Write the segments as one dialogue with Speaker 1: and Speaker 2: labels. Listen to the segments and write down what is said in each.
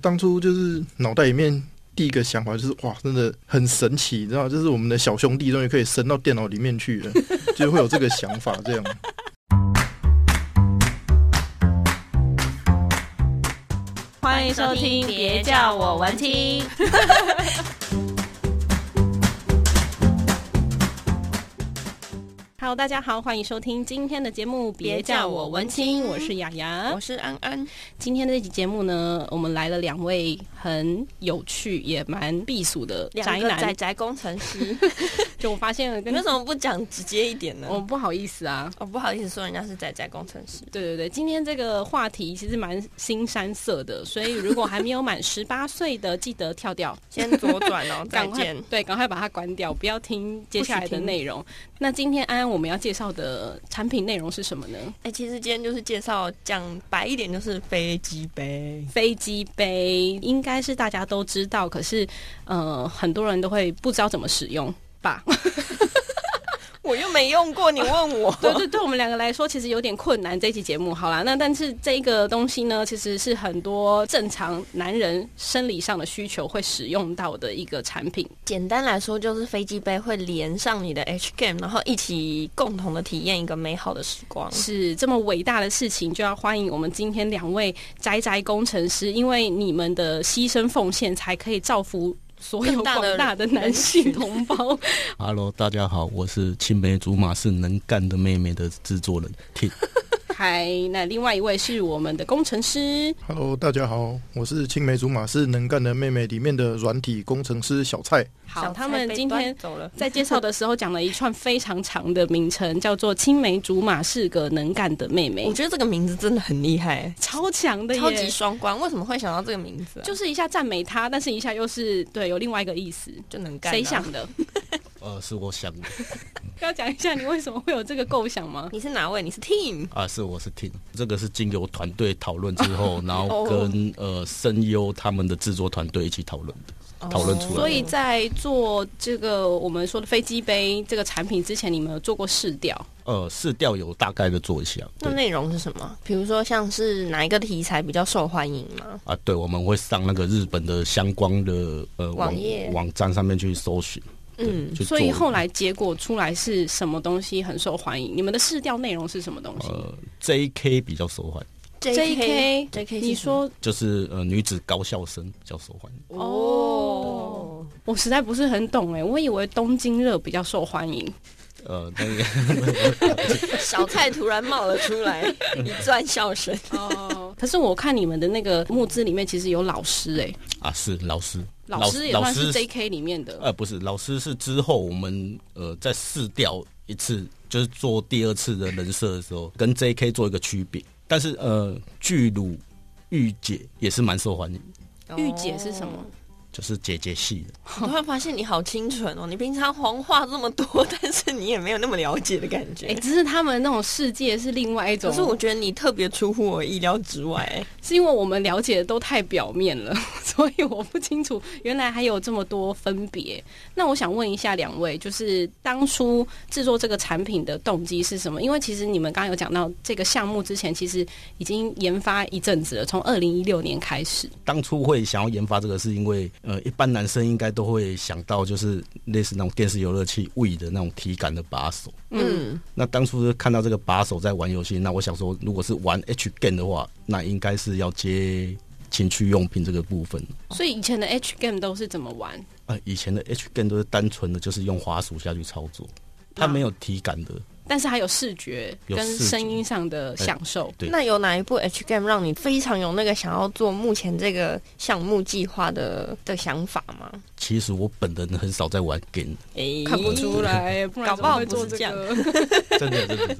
Speaker 1: 当初就是脑袋里面第一个想法就是哇，真的很神奇，你知道吗，就是我们的小兄弟终于可以升到电脑里面去了，就会有这个想法。这样，
Speaker 2: 欢迎收听，别叫我文青。
Speaker 3: Hello，大家好，欢迎收听今天的节目，别叫我文青，我是雅雅
Speaker 2: 我。是安安，
Speaker 3: 今天这期节目呢，我们来了两位很有趣也蛮避暑的宅
Speaker 2: 两个
Speaker 3: 男，嗯
Speaker 2: 宅宅工程师，
Speaker 3: 就我发现了
Speaker 2: 你
Speaker 3: 跟
Speaker 2: 为什么不讲直接一 点呢？
Speaker 3: 我不好意思啊。
Speaker 2: 我不好意思说人家是宅宅工程师，
Speaker 3: 对对对，今天这个话题其实蛮新山色的，所以如果还没有满十八岁的，记得跳掉，
Speaker 2: 先左转 哦，再
Speaker 3: 赶快
Speaker 2: 见。
Speaker 3: 对，赶快把它关掉，不要听接下来的内容。那今天安安我们要介绍的产品内容是什么呢？
Speaker 2: 哎、其实今天就是介绍，讲白一点就是飞机杯。
Speaker 3: 飞机杯应该是大家都知道，可是呃，很多人都会不知道怎么使用 吧？
Speaker 2: 我又没用过，你问我。
Speaker 3: 对对，对我们两个来说其实有点困难。这期节目好啦，那但是这个东西呢，其实是很多正常男人生理上的需求会使用到的一个产品。
Speaker 2: 简单来说，就是飞机杯会连上你的 H game，然后一起共同的体验一个美好的时光。
Speaker 3: 是这么伟大的事情，就要欢迎我们今天两位宅宅工程师，因为你们的牺牲奉献，才可以造福所有
Speaker 2: 更大的
Speaker 3: 广大的
Speaker 2: 人
Speaker 3: 男性
Speaker 2: 群
Speaker 3: 同胞。
Speaker 4: Hello，大家好，我是青梅竹马是能干的妹妹的制作人 T。
Speaker 3: 嗨，那另外一位是我们的工程 师，
Speaker 1: Hello，大家好，我是青梅竹马是能干的妹妹里面的软体工程师小蔡。
Speaker 3: 好，
Speaker 2: 小
Speaker 3: 他
Speaker 2: 菜
Speaker 3: 们
Speaker 2: 被
Speaker 3: 今
Speaker 2: 端
Speaker 3: 天
Speaker 2: 走了，
Speaker 3: 在介绍的时候讲了一串非常长的名称，叫做“青梅竹马是个能干的妹妹
Speaker 2: 哎我觉得这个名字真的很厉害，”，哎
Speaker 3: 超强的耶，
Speaker 2: 超级双关。为什么会想到这个名字、啊？
Speaker 3: 就
Speaker 2: 就
Speaker 3: 是一下赞美她，但是一下又是对有另外一个意思。
Speaker 2: 就能干、啊。
Speaker 3: 谁想的？
Speaker 4: 呃，是我想的
Speaker 3: 要讲一下你为什么会有这个构想吗？
Speaker 2: 你是哪位？你是 Team
Speaker 4: 啊，是我是 T。这个是经由团队讨论之
Speaker 3: 哦
Speaker 4: 后，然后跟呃声优他们的制作团队一起讨论的。讨论出来
Speaker 3: 哦所以在做这个我们说的飞机杯这个产品之前，你们有做过试调？
Speaker 4: 呃，试调有大概的做一下，
Speaker 2: 那
Speaker 4: 对
Speaker 2: 内容是什么？比如说像是哪一个题材比较受欢迎吗？
Speaker 4: 啊，对，我们会上那个日本的相关的呃
Speaker 2: 网页
Speaker 4: 网站上面去搜寻，
Speaker 2: 嗯，
Speaker 4: 去
Speaker 3: 所以
Speaker 4: 做
Speaker 3: 后来结果出来是什么东西很受欢迎？你们的试调内容是什么东西？
Speaker 4: 呃 JK 比较受欢迎，
Speaker 3: JK
Speaker 2: JK，
Speaker 3: 你说
Speaker 4: 就是呃女子高校生比较受欢迎。
Speaker 3: 哦，我实在不是很懂哎，我以为东京热比较受欢迎，
Speaker 4: 呃，那个
Speaker 2: 小菜突然冒了出 来，一转笑声。
Speaker 3: 哦，可是我看你们的那个募资里面其实有老师哎，
Speaker 4: 啊是老师，
Speaker 3: 老师也
Speaker 4: 老
Speaker 3: 算
Speaker 4: 师
Speaker 3: 是 JK 里面的
Speaker 4: 呃，不是，老师是之后我们呃再试调一次，就是做第二次的人设的时候，跟 J.K. 做一个区别。但是呃，巨乳御姐也是蛮受欢迎，
Speaker 3: 御姐是什
Speaker 2: 哦
Speaker 3: 么？
Speaker 4: 就是姐姐系的。
Speaker 2: 我突然发哦现你好清纯哦，你平常黄话这么多，但是你也没有那么了解的感
Speaker 3: 哎，
Speaker 2: 觉。
Speaker 3: 只是他们那种世界是另外一种，
Speaker 2: 可是我觉得你特别出乎我意料之外、哎
Speaker 3: 是因为我们了解的都太表面了， 所以我不清楚原来还有这么多分别。那我想问一下两位，就是当初制作这个产品的动机是什么？因为其实你们刚刚有讲到这个项目之前，其实已经研发一阵子了，从二零一六年开始。
Speaker 4: 当初会想要研发这个，是因为呃，一般男生应该都会想到就是类似那种电视游乐器 We 的那种体感的把手。
Speaker 2: 嗯，
Speaker 4: 那当初是看到这个把手在玩游戏，那我想说，如果是玩 H game 的话，那应该是要接情趣用品这个部分。
Speaker 2: 哦
Speaker 3: 所以以前的 H game 都是怎么玩？
Speaker 4: 呃，以前的 H game 都是单纯的，就是用滑鼠下去操作，它没有体感的。
Speaker 3: 但是还有视觉
Speaker 4: 有
Speaker 3: 跟
Speaker 4: 视觉
Speaker 3: 声音上的享受。
Speaker 4: 对
Speaker 2: 那有哪一部 H game 让你非常有那个想要做目前这个项目计划的的想法吗？
Speaker 4: 其实我本人很少在玩 game，
Speaker 2: 哎
Speaker 3: 看不出来，不然
Speaker 2: 搞
Speaker 3: 怎
Speaker 2: 不
Speaker 3: 么
Speaker 2: 好
Speaker 3: 会做
Speaker 2: 不是
Speaker 3: 这
Speaker 2: 这样
Speaker 3: 个？
Speaker 4: 真的真的真的。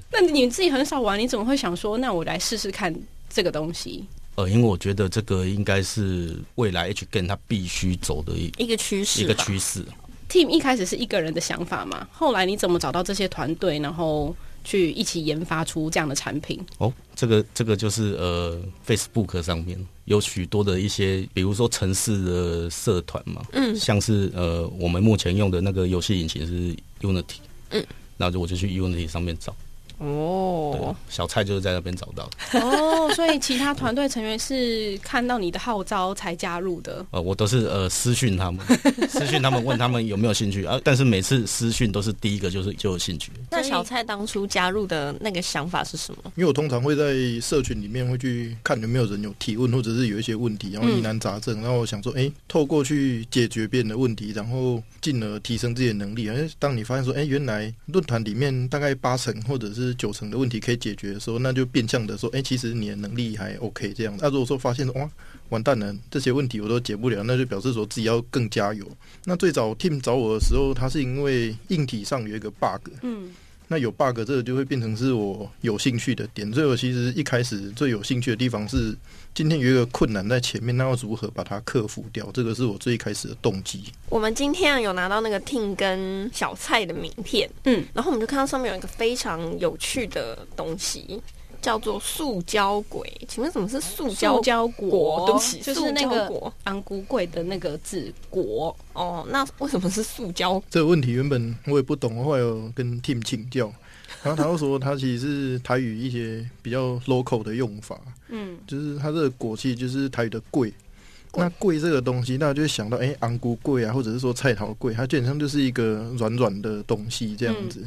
Speaker 3: 那你自己很少玩，你怎么会想说，那我来试试看这个东西？
Speaker 4: 呃，因为我觉得这个应该是未来 H game 它必须走的一
Speaker 2: 一个趋势
Speaker 4: 一个
Speaker 2: 吧
Speaker 4: 趋势。啊
Speaker 3: team 一开始是一个人的想法嘛，后来你怎么找到这些团队，然后去一起研发出这样的产品？
Speaker 4: 哦，这个这个就是呃，Facebook 上面有许多的一些，比如说城市的社团嘛，嗯，像是呃，我们目前用的那个游戏引擎是 Unity，
Speaker 2: 嗯，
Speaker 4: 那就我就去 Unity 上面找，
Speaker 2: 哦
Speaker 4: 对，，小蔡就是在那边找到的。
Speaker 3: 哦，所以其他团队成员是看到你的号召才加入的。
Speaker 4: 呃，我都是呃私讯他们， 私讯他们问他们有没有兴趣啊。但是每次私讯都是第一个就是就有兴趣。
Speaker 2: 那小蔡当初加入的那个想法是什么？
Speaker 1: 因为我通常会在社群里面会去看有没有人有提问，或者是有一些问题，然后疑难杂症，然后我想说，哎、透过去解决别人的问题，然后进而提升自己的能力。而当你发现说，哎、原来论坛里面大概八成或者是九成的问题可以解决的时候，那就变相的说，哎、其实你的能力还 OK 这样。啊那、如果说发现哇，完蛋了，这些问题我都解不了，那就表示说自己要更加油。那最早 Team 找我的时候，他是因为硬体上有一个 bug，
Speaker 3: 嗯，
Speaker 1: 那有 bug 这个就会变成是我有兴趣的点，所以我其实一开始最有兴趣的地方是今天有一个困难在前面，那要如何把它克服掉？这个是我最一开始的动机。
Speaker 2: 我们今天啊有拿到那个 Ting 跟小蔡的名片，
Speaker 3: 嗯，
Speaker 2: 然后我们就看到上面有一个非常有趣的东西，叫做塑胶鬼。请问什么是塑胶
Speaker 3: 塑胶果，
Speaker 2: 对不起，
Speaker 3: 就是
Speaker 2: 塑
Speaker 3: 那
Speaker 2: 胶
Speaker 3: 个
Speaker 2: 果
Speaker 3: 昂古贵的那个字果。
Speaker 2: 哦。那为什么是塑胶？
Speaker 1: 这个问题原本我也不懂，后来我跟 Tim 请教，然后他又说他其实是台语一些比较 local 的用法，
Speaker 3: 嗯，
Speaker 1: 就是它这个果气就是台语的贵。
Speaker 2: 贵
Speaker 1: 那贵这个东西，大家就会想到哎，昂菇贵啊，或者是说菜桃贵，它基本上就是一个软软的东西这样子。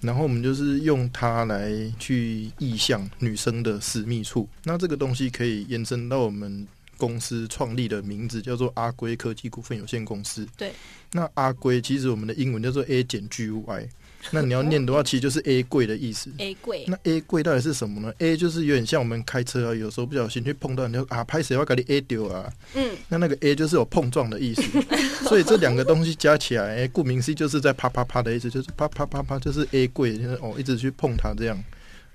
Speaker 1: 然后我们就是用它来去意向女生的私密处。那这个东西可以延伸到我们公司创立的名字，叫做阿龟科技股份有限公司。
Speaker 3: 对，
Speaker 1: 那阿龟其实我们的英文叫做 A 减 G U I，那你要念的话，其实就是 A 贵的意思。
Speaker 3: A 贵，
Speaker 1: 那 A 贵到底是什么呢？A 就是有点像我们开车啊，有时候不小心去碰到，你就啊拍谁要给你 A 丢啊。
Speaker 3: 嗯，
Speaker 1: 那那个 A 就是有碰撞的意 思，所以这两个东西加起来，顾名思义就是在啪啪啪的意思，就是啪啪啪啪，就是 A 贵，就是哦一直去碰它这样。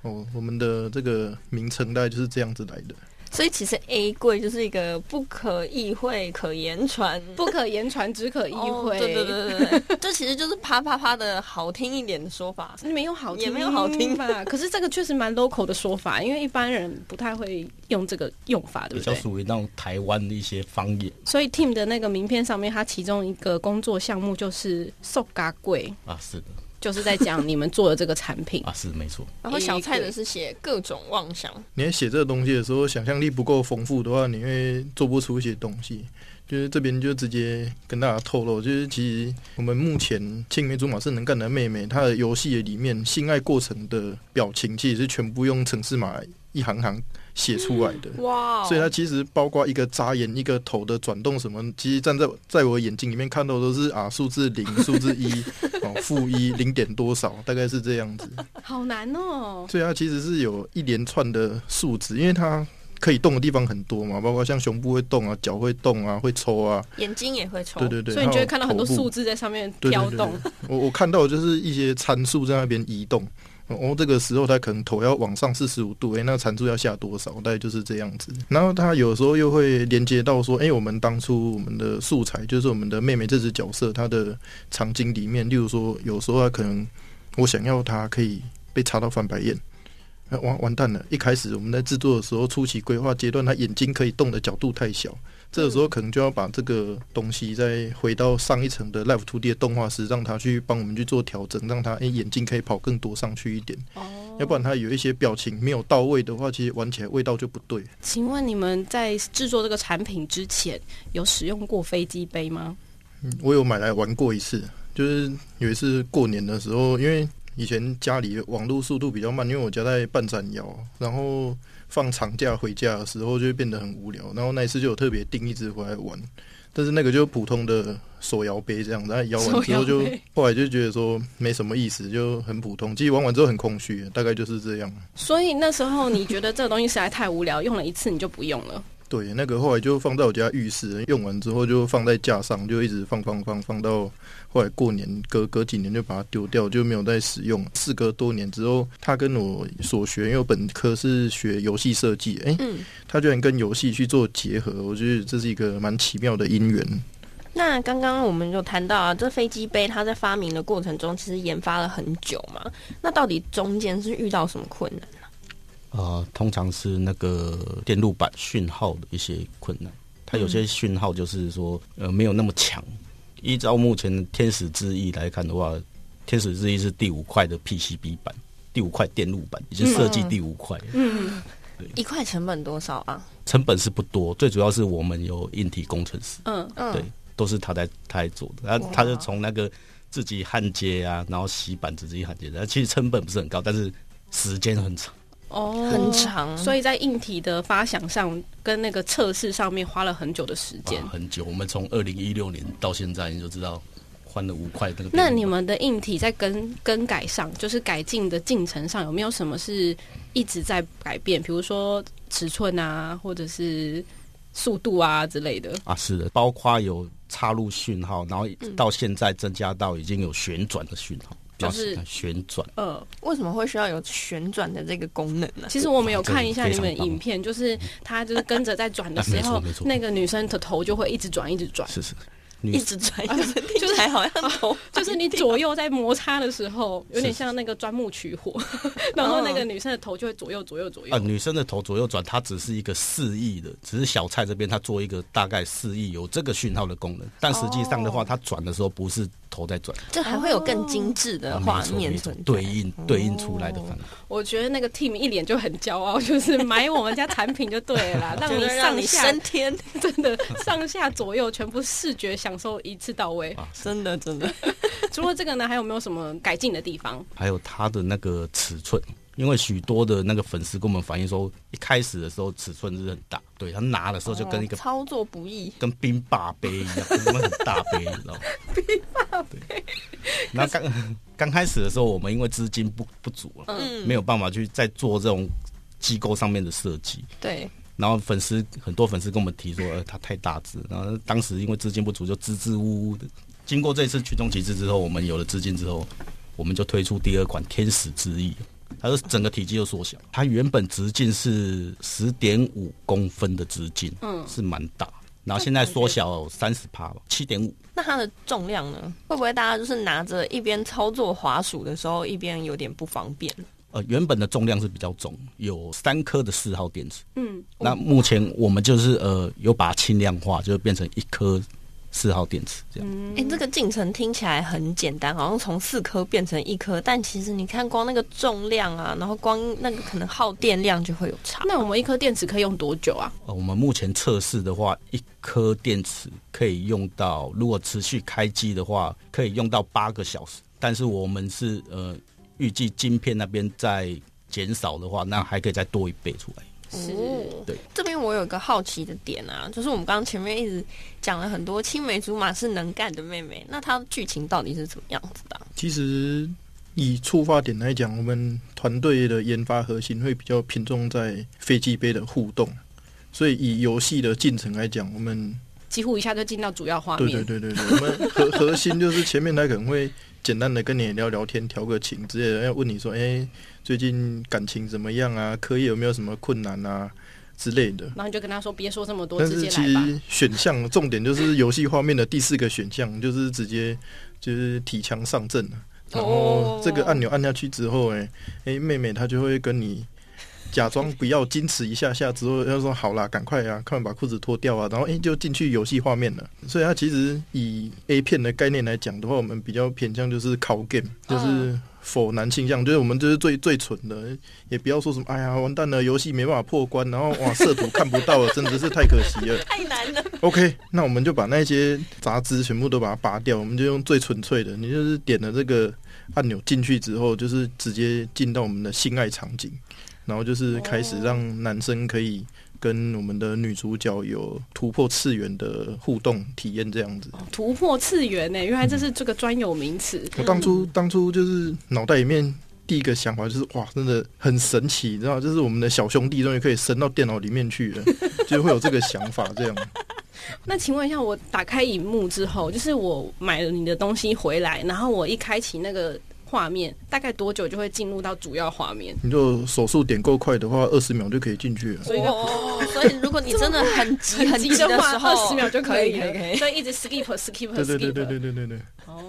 Speaker 1: 哦，我们的这个名称大概就是这样子来的。
Speaker 2: 所以其实 A 柜就是一个不可意会、可言传。
Speaker 3: 不可言传，只可意会。
Speaker 2: 哦对对对对对，这其实就是啪啪啪的好听一点的说法。
Speaker 3: 没有好听，
Speaker 2: 也没有好听
Speaker 3: 吧？可是这个确实蛮 local 的说法，因为一般人不太会用这个用法，对
Speaker 4: 比
Speaker 3: 不
Speaker 4: 较
Speaker 3: 对？
Speaker 4: 属于那种台湾的一些方言
Speaker 3: 所以 Team 的那个名片上面，它其中一个工作项目就是售嘎贵，
Speaker 4: 啊，是的
Speaker 3: 就是在讲你们做的这个产 品。
Speaker 4: 啊，是没错。
Speaker 2: 然后小蔡的是写各种妄想，
Speaker 1: 你在写这个东西的时候，想象力不够丰富的话，你会做不出一些东西。就是这边就直接跟大家透露，就是其实我们目前青梅竹马是能干的妹妹，她的游戏里面性爱过程的表情，其实是全部用城市码一行行写出来的。
Speaker 2: 哇哦
Speaker 1: 所以它其实包括一个眨眼、一个头的转动什么，其实站在在我眼睛里面看到都是啊数字零、数字一、哦负一、零点多少，大概是这样子。
Speaker 3: 好难哦，
Speaker 1: 所以它其实是有一连串的数值，因为它可以动的地方很多嘛，包括像胸部会动啊、脚会动啊、会抽啊，
Speaker 2: 眼睛也会抽，
Speaker 1: 对对对。
Speaker 3: 所以你就会看到很多
Speaker 1: 还有头部。
Speaker 3: 数字在上面
Speaker 1: 对
Speaker 3: 飘
Speaker 1: 对对
Speaker 3: 动。
Speaker 1: 对 我我看到就是一些参数在那边移动，哦，这个时候它可能头要往上四十五度，诶，那参数要下多少？大概就是这样子。然后它有时候又会连接到说，诶，我们当初我们的素材就是我们的妹妹这只角色，她的场景里面，例如说，有时候她可能我想要她可以被插到翻白眼。啊完完蛋了！一开始我们在制作的时候，初期规划阶段，他眼睛可以动的角度太小，这个时候可能就要把这个东西再回到上一层的 Live 2 D 的动画师，让他去帮我们去做调整，让他诶、眼睛可以跑更多上去一点，
Speaker 3: 哦
Speaker 1: 要不然他有一些表情没有到位的话，其实玩起来味道就不对。
Speaker 3: 请问你们在制作这个产品之前，有使用过飞机杯吗？
Speaker 1: 嗯我有买来玩过一次，就是有一次过年的时候，因为以前家里网络速度比较慢，因为我家在半山腰，然后放长假回家的时候就会变得很无聊，然后那一次就有特别订一只回来玩，但是那个就是普通的手摇杯这样，然后摇完之后
Speaker 3: 手
Speaker 1: 就
Speaker 3: 摇杯
Speaker 1: 后来就觉得说嗯没什么意思，就很普通，其实玩完之后很空虚，大概就是这样。
Speaker 3: 所以那时候你觉得这个东西实在太无聊，用了一次你就不用了。
Speaker 1: 对，那个后来就放在我家浴室，用完之后就放在架上，就一直放放放放到后来过年隔隔几年就把它丢掉，就没有再使用。事隔多年之后，他跟我所学，因为我本科是学游戏设计，诶，
Speaker 2: 嗯，
Speaker 1: 他居然跟游戏去做结合，我觉得这是一个蛮奇妙的因缘。
Speaker 2: 那刚刚我们有谈到啊，这飞机杯它在发明的过程中，其实研发了很久嘛。那到底中间是遇到什么困难？
Speaker 4: 呃，通常是那个电路板讯号的一些困难，它有些讯号就是说呃没有那么强。依照目前的天使之翼来看的话，天使之翼是第五块的 PCB 板，第五块电路板，已经设计第五块，
Speaker 3: 嗯，
Speaker 2: 一块成本多少啊？
Speaker 4: 成本是不多，最主要是我们有硬体工程师，
Speaker 3: 嗯，
Speaker 2: 嗯，
Speaker 4: 对，都是他在他在做的，他啊
Speaker 2: 哇
Speaker 4: 他就从那个自己焊接啊，然后洗板自己焊接的，其实成本不是很高，但是时间很长，
Speaker 3: 哦，
Speaker 2: 很。长，
Speaker 3: 所以在硬体的发想上，跟那个测试上面花了很久的时间
Speaker 4: 啊、。很久。我们从二零一六年到现在，你就知道换了五块那个电路板。
Speaker 3: 那你们的硬体在更更改上，就是改进的进程上，有没有什么是一直在改变？比如说尺寸啊，或者是速度啊之类的。
Speaker 4: 啊，是的，包括有插入讯号，然后到现在增加到已经有旋转的讯号，
Speaker 3: 就是
Speaker 4: 然后旋转。
Speaker 3: 呃，
Speaker 2: 为什么会需要有旋转的这个功能呢？
Speaker 3: 其实我们有看一下
Speaker 4: 这
Speaker 3: 你
Speaker 4: 个非常
Speaker 3: 们影片，就是他就是跟着在转的时
Speaker 4: 啊
Speaker 3: 候
Speaker 4: 没错没，错
Speaker 3: 那个女生的头就会一直转，一直转。
Speaker 4: 是是，
Speaker 2: 一直转，就是
Speaker 3: 就
Speaker 2: 就是是还好像 头，
Speaker 3: 就是你左右在摩擦的时候，有点像那个钻木取火，然后那个女生的头就会左右左右左
Speaker 4: 啊，
Speaker 3: 右。
Speaker 4: 女生的头左右转，它只是一个示意的，只是小蔡这边它做一个大概示意有这个讯号的功能，但实际上的话，它转的时候不是头在转，
Speaker 2: 这还会有更精致的
Speaker 4: 啊
Speaker 2: 画
Speaker 4: 没错
Speaker 2: 面
Speaker 4: 没
Speaker 2: 存
Speaker 4: 错
Speaker 2: 在，
Speaker 4: 对应对应出来的方法。
Speaker 3: 我觉得那个 team 一脸就很骄傲，就是买我们家产品就对了 啦，让
Speaker 2: 就
Speaker 3: 你
Speaker 2: 是让
Speaker 3: 上
Speaker 2: 你
Speaker 3: 下
Speaker 2: 升天，
Speaker 3: 真的上下左右全部视觉享受一次到位。
Speaker 2: 真的真的，
Speaker 3: 除了这个呢，还有没有什么改进的地方？
Speaker 4: 还有它的那个尺寸，因为许多的那个粉丝跟我们反映说，一开始的时候尺寸是很大，对他拿的时候就跟一个、
Speaker 2: 操作不易，
Speaker 4: 跟冰霸杯一样，我们很大杯，你知道吗？冰霸杯。然后刚刚开始的时候，我们因为资金不不足了，
Speaker 2: 嗯
Speaker 4: 没有办法去再做这种机构上面的设计。
Speaker 2: 对，
Speaker 4: 然后粉丝很多粉丝跟我们提说，呃，它太大只。然后当时因为资金不足，就支支吾吾的。经过这次群众集资之后，我们有了资金之后，我们就推出第二款《天使之翼》，它的整个体积又缩小。它原本直径是十点五公分的直径，
Speaker 3: 嗯
Speaker 4: 是蛮大。然后现在缩小三十趴吧，七点五。
Speaker 2: 那它的重量呢？会不会大家就是拿着一边操作滑鼠的时候，一边有点不方便？
Speaker 4: 呃，原本的重量是比较重，有三颗的四号电池。
Speaker 3: 嗯，
Speaker 4: 那目前我们就是呃有把它轻量化，就变成一颗四号电池这样。
Speaker 3: 嗯
Speaker 2: 哎、这个进程听起来很简单，好像从四颗变成一颗，但其实你看光那个重量啊，然后光那个可能耗电量就会有差。
Speaker 3: 那我们一颗电池可以用多久啊？
Speaker 4: 呃，我们目前测试的话，一颗电池可以用到，如果持续开机的话，可以用到八个小时。但是我们是呃预计晶片那边再减少的话，那还可以再多一倍出来。
Speaker 3: 是
Speaker 2: 哦
Speaker 4: 对。
Speaker 2: 这边我有一个好奇的点啊，就是我们刚刚前面一直讲了很多青梅竹马是能干的妹妹，那她剧情到底是怎么样子的啊？
Speaker 1: 其实以触发点来讲，我们团队的研发核心会比较偏重在飞机杯的互动，所以以游戏的进程来讲，我们
Speaker 3: 几乎一下就进到主要画
Speaker 1: 对
Speaker 3: 面。
Speaker 1: 对对对对，我们核 核心就是前面他可能会简单的跟你聊聊天、调个情之类的，要问你说，哎、最近感情怎么样啊？科业有没有什么困难啊之类的。
Speaker 3: 然后你就跟他说：“别说这么多，
Speaker 1: 但
Speaker 3: 直
Speaker 1: 是
Speaker 3: 接
Speaker 1: 其
Speaker 3: 来吧。
Speaker 1: 实选项重点就是游戏画面的第四个选项，就是直接就是提枪上阵了。然后这个按钮按下去之后、哎哎，妹妹她就会跟你假装不要矜持一下下，之后要说好啦，赶快啊，快把裤子脱掉啊，然后哎就进去游戏画面了。所以它其实以 A 片的概念来讲的话，我们比较偏向就是 call game，就是否男倾向，就是我们就是最最蠢的，也不要说什么哎呀完蛋了，游戏没办法破关，然后哇色图看不到了，真的是太可惜了。
Speaker 2: 太难了，
Speaker 1: OK，那我们就把那些杂质全部都把它拔掉，我们就用最纯粹的，你就是点了这个按钮进去之后，就是直接进到我们的性爱场景，然后就是开始让男生可以跟我们的女主角有突破次元的互动体验这样子。
Speaker 3: 突破次元呢、原来这是这个专有名词。
Speaker 1: 我当初当初就是脑袋里面第一个想法就是哇，真的很神奇，你知道，就是我们的小兄弟终于可以伸到电脑里面去了，就会有这个想法这样。
Speaker 3: 那请问一下，我打开荧幕之后，就是我买了你的东西回来，然后我一开启那个画面，大概多久就会进入到主要画面？
Speaker 1: 你就手速点够快的话，二十秒就可以进去了。
Speaker 3: 所以就
Speaker 2: 哦，所以如果你真的很急很急
Speaker 3: 的
Speaker 2: 的
Speaker 3: 话
Speaker 2: 时，候，
Speaker 3: 二十秒就可以
Speaker 2: 可以可
Speaker 3: 了，
Speaker 2: 以。
Speaker 3: 所以一直 skip skip
Speaker 1: 对对
Speaker 3: skip。
Speaker 1: 对对对对对对。
Speaker 3: 哦，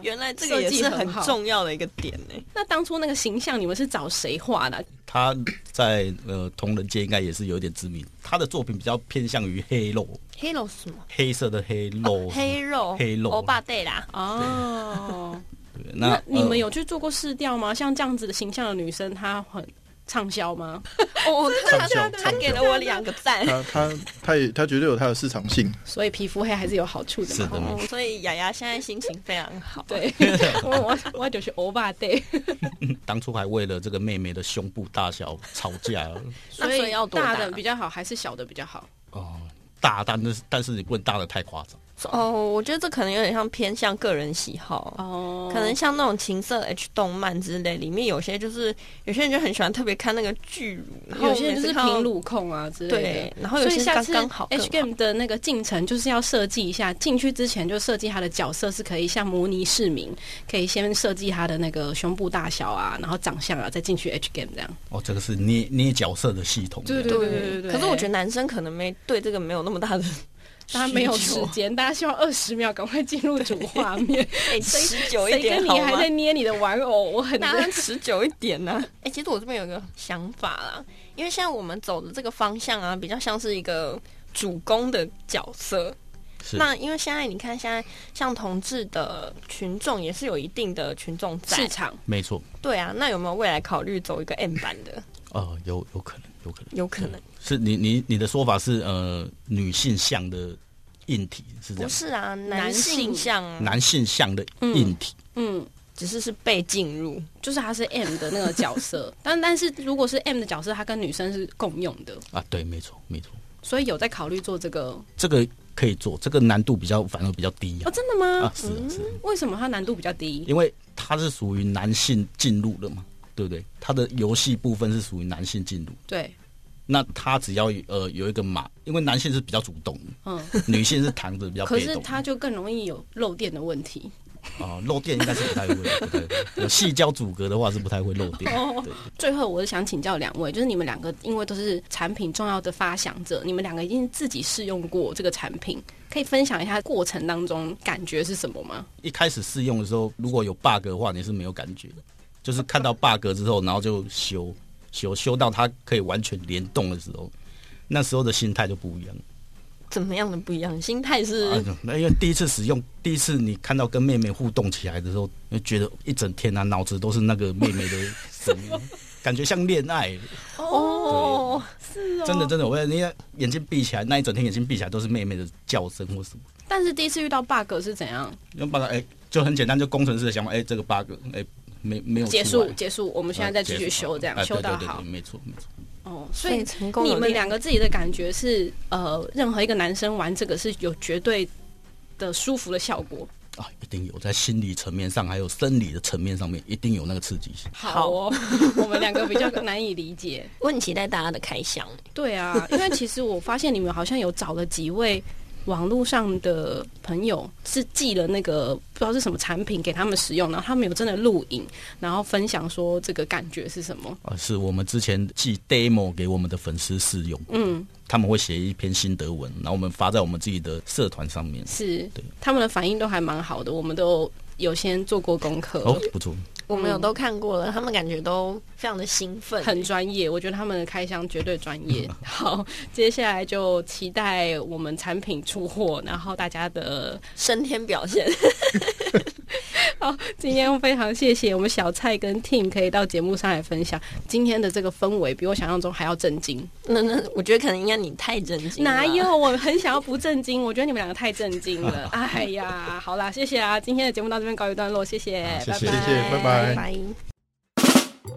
Speaker 2: 原来这个也是很重要的一个点呢、
Speaker 3: 那当初那个形象你们是找谁画的啊？
Speaker 4: 他在呃同人界应该也是有一点知名，他的作品比较偏向于黑肉，
Speaker 2: 黑哦肉是什么？
Speaker 3: 哦
Speaker 4: 黑色的黑肉，
Speaker 2: 黑肉，啊
Speaker 4: 黑肉
Speaker 2: 欧巴对啦。
Speaker 3: 哦，
Speaker 4: 对，
Speaker 3: 那你
Speaker 4: 呃
Speaker 3: 们有去做过试调吗？像这样子的形象的女生，她很畅销吗？
Speaker 2: 哦，他
Speaker 1: 畅销
Speaker 2: 他给了我两个赞。
Speaker 1: 他他他也他绝对有他的市场性，
Speaker 3: 所以皮肤黑还是有好处的嘛。
Speaker 4: 呃是的
Speaker 2: 嗯，所以雅雅现在心情非常好。，
Speaker 3: 对，我我我就是欧巴 day，
Speaker 4: 当初还为了这个妹妹的胸部大小吵架
Speaker 2: 那所以要多
Speaker 3: 大
Speaker 2: 大
Speaker 3: 的比较好，还是小的比较好？
Speaker 4: 哦，大但是但是你不能大的太夸张，
Speaker 2: 哦，我觉得这可能有点像偏向个人喜好。
Speaker 3: 哦，
Speaker 2: 可能像那种情色 H 动漫之类，里面有些就是有些人就很喜欢特别看那个巨乳，然后
Speaker 3: 有些人就是
Speaker 2: 每次看到
Speaker 3: 平乳控啊之类的
Speaker 2: 对。，然后有
Speaker 3: 所以
Speaker 2: 些
Speaker 3: 下
Speaker 2: 刚
Speaker 3: 次
Speaker 2: 刚好更
Speaker 3: H
Speaker 2: 好
Speaker 3: game 的那个进程就是要设计一下，进去之前就设计他的角色是可以像模拟市民，可以先设计他的那个胸部大小啊，然后长相啊，再进去 H game 这样。
Speaker 4: 哦，这个是捏捏角色的系统，
Speaker 3: 对对
Speaker 2: 对
Speaker 3: 对
Speaker 2: 可是我觉得男生可能没对这个没有那么大的需求，
Speaker 3: 大家没有时间，大家希望二十秒赶快进入主画 面。
Speaker 2: 哎，持久一
Speaker 3: 谁
Speaker 2: 点
Speaker 3: 跟你
Speaker 2: 好
Speaker 3: 还
Speaker 2: 吗
Speaker 3: 在？捏你的玩偶？我 很
Speaker 2: 大家持久一点 呢、哎、其实我这边有一个想法啦，因为现在我们走的这个方向啊，比较像是一个主攻的角色。
Speaker 4: 是
Speaker 2: 那因为现在你看，现在像同志的群众也是有一定的群众在，
Speaker 3: 市场
Speaker 4: 没错，
Speaker 2: 对啊，那有没有未来考虑走一个 M 版的？
Speaker 4: 呃，有有可能，有可能
Speaker 2: 有可能
Speaker 4: 是你你你的说法是呃女性向的硬体是这
Speaker 2: 不
Speaker 4: 样，
Speaker 2: 是啊，
Speaker 3: 男
Speaker 2: 男
Speaker 3: 性
Speaker 2: 性向啊
Speaker 4: 男性向的硬体，
Speaker 3: 嗯，
Speaker 2: 只是是被进入，
Speaker 3: 就是他是 M 的那个角色，但但是如果是 M 的角色，他跟女生是共用的，
Speaker 4: 啊，对，没错没错，
Speaker 3: 所以有在考虑做这个哦？
Speaker 4: 这个可以做，这个难度比较反而比较低啊，
Speaker 3: 真的吗？
Speaker 4: 啊是啊是啊
Speaker 3: 为什么它难度比较低？
Speaker 4: 因为它是属于男性进入的嘛，对不对？它的游戏部分是属于男性进入，
Speaker 3: 对，
Speaker 4: 那他只要呃有一个码，因为男性是比较主动的，
Speaker 3: 嗯，
Speaker 4: 女性是躺着比较
Speaker 3: 可
Speaker 4: 被
Speaker 3: 是
Speaker 4: 动的。
Speaker 3: 它就更容易有漏电的问题。
Speaker 4: 哦，漏电应该是不太会，不太会。有细胶阻隔的话是不太会漏电。
Speaker 2: 哦
Speaker 4: 对，
Speaker 3: 最后，我是想请教两位，就是你们两个，因为都是产品重要的发想者，你们两个一定自己试用过这个产品，可以分享一下过程当中感觉是什么吗？
Speaker 4: 一开始试用的时候，如果有 bug 的话，你是没有感觉的，就是看到 bug 之后，然后就修修修到它可以完全联动的时候，那时候的心态就不一样。
Speaker 2: 怎么样的不一样？心态是、
Speaker 4: 啊，那因为第一次使用，第一次你看到跟妹妹互动起来的时候，就觉得一整天啊，脑子都是那个妹妹的声音，感觉像恋爱。
Speaker 2: 哦，
Speaker 4: 真的真的，我你眼睛闭起来，那一整天眼睛闭起来都是妹妹的叫声或什么，
Speaker 3: 但是第一次遇到 bug 是怎样？
Speaker 4: 然后把它哎、就很简单，就工程师的想法，哎、这个 bug 哎、没没有
Speaker 3: 结
Speaker 4: 出来啊
Speaker 3: 束，结束，我们现在再继续修，这样、
Speaker 4: 哎
Speaker 3: 修
Speaker 4: 对
Speaker 3: 到
Speaker 4: 对对
Speaker 3: 好
Speaker 4: 对，。没错没错。
Speaker 3: 哦，
Speaker 2: 所
Speaker 3: 所
Speaker 2: 以
Speaker 3: 以
Speaker 2: 成功
Speaker 3: 你
Speaker 2: 有
Speaker 3: 们
Speaker 2: 练
Speaker 3: 两个自己的感觉是，呃，任何一个男生玩这个是有绝对的舒服的效果。
Speaker 4: 啊，一定有在心理层面上，还有生理的层面上面，一定有那个刺激性。
Speaker 3: 好哦， 我们两个比较难以理解。
Speaker 2: 我很期待大家的开箱。
Speaker 3: 对啊，因为其实我发现你们好像有找了几位网络上的朋友，是寄了那个不知道是什么产品给他们使用，然后他们有真的录影，然后分享说这个感觉是什么。
Speaker 4: 啊，是我们之前寄 demo 给我们的粉丝试用，
Speaker 3: 嗯，
Speaker 4: 他们会写一篇心得文，然后我们发在我们自己的社团上面。
Speaker 3: 是
Speaker 4: 对
Speaker 3: 他们的反应都还蛮好的，我们都有先做过功课，
Speaker 4: 哦，不错，
Speaker 2: 我们有都看过了，他们感觉都非常的兴奋，
Speaker 3: 很专业，我觉得他们的开箱绝对专业。好，接下来就期待我们产品出货，然后大家的
Speaker 2: 升天表现。
Speaker 3: 好，今天非常谢谢我们小蔡跟 Tim 可以到节目上来分享今天的这个氛围，比我想象中还要震惊。
Speaker 2: 那那我觉得可能应该你太震惊了，
Speaker 3: 哪有？我很想要不震惊，我觉得你们两个太震惊了。哎呀，好啦，谢谢啊，今天的节目到这边告一段落，谢谢，
Speaker 4: 谢
Speaker 1: 谢
Speaker 4: 谢
Speaker 1: 谢，
Speaker 3: 拜
Speaker 1: 拜拜。
Speaker 3: 拜。
Speaker 2: 拜。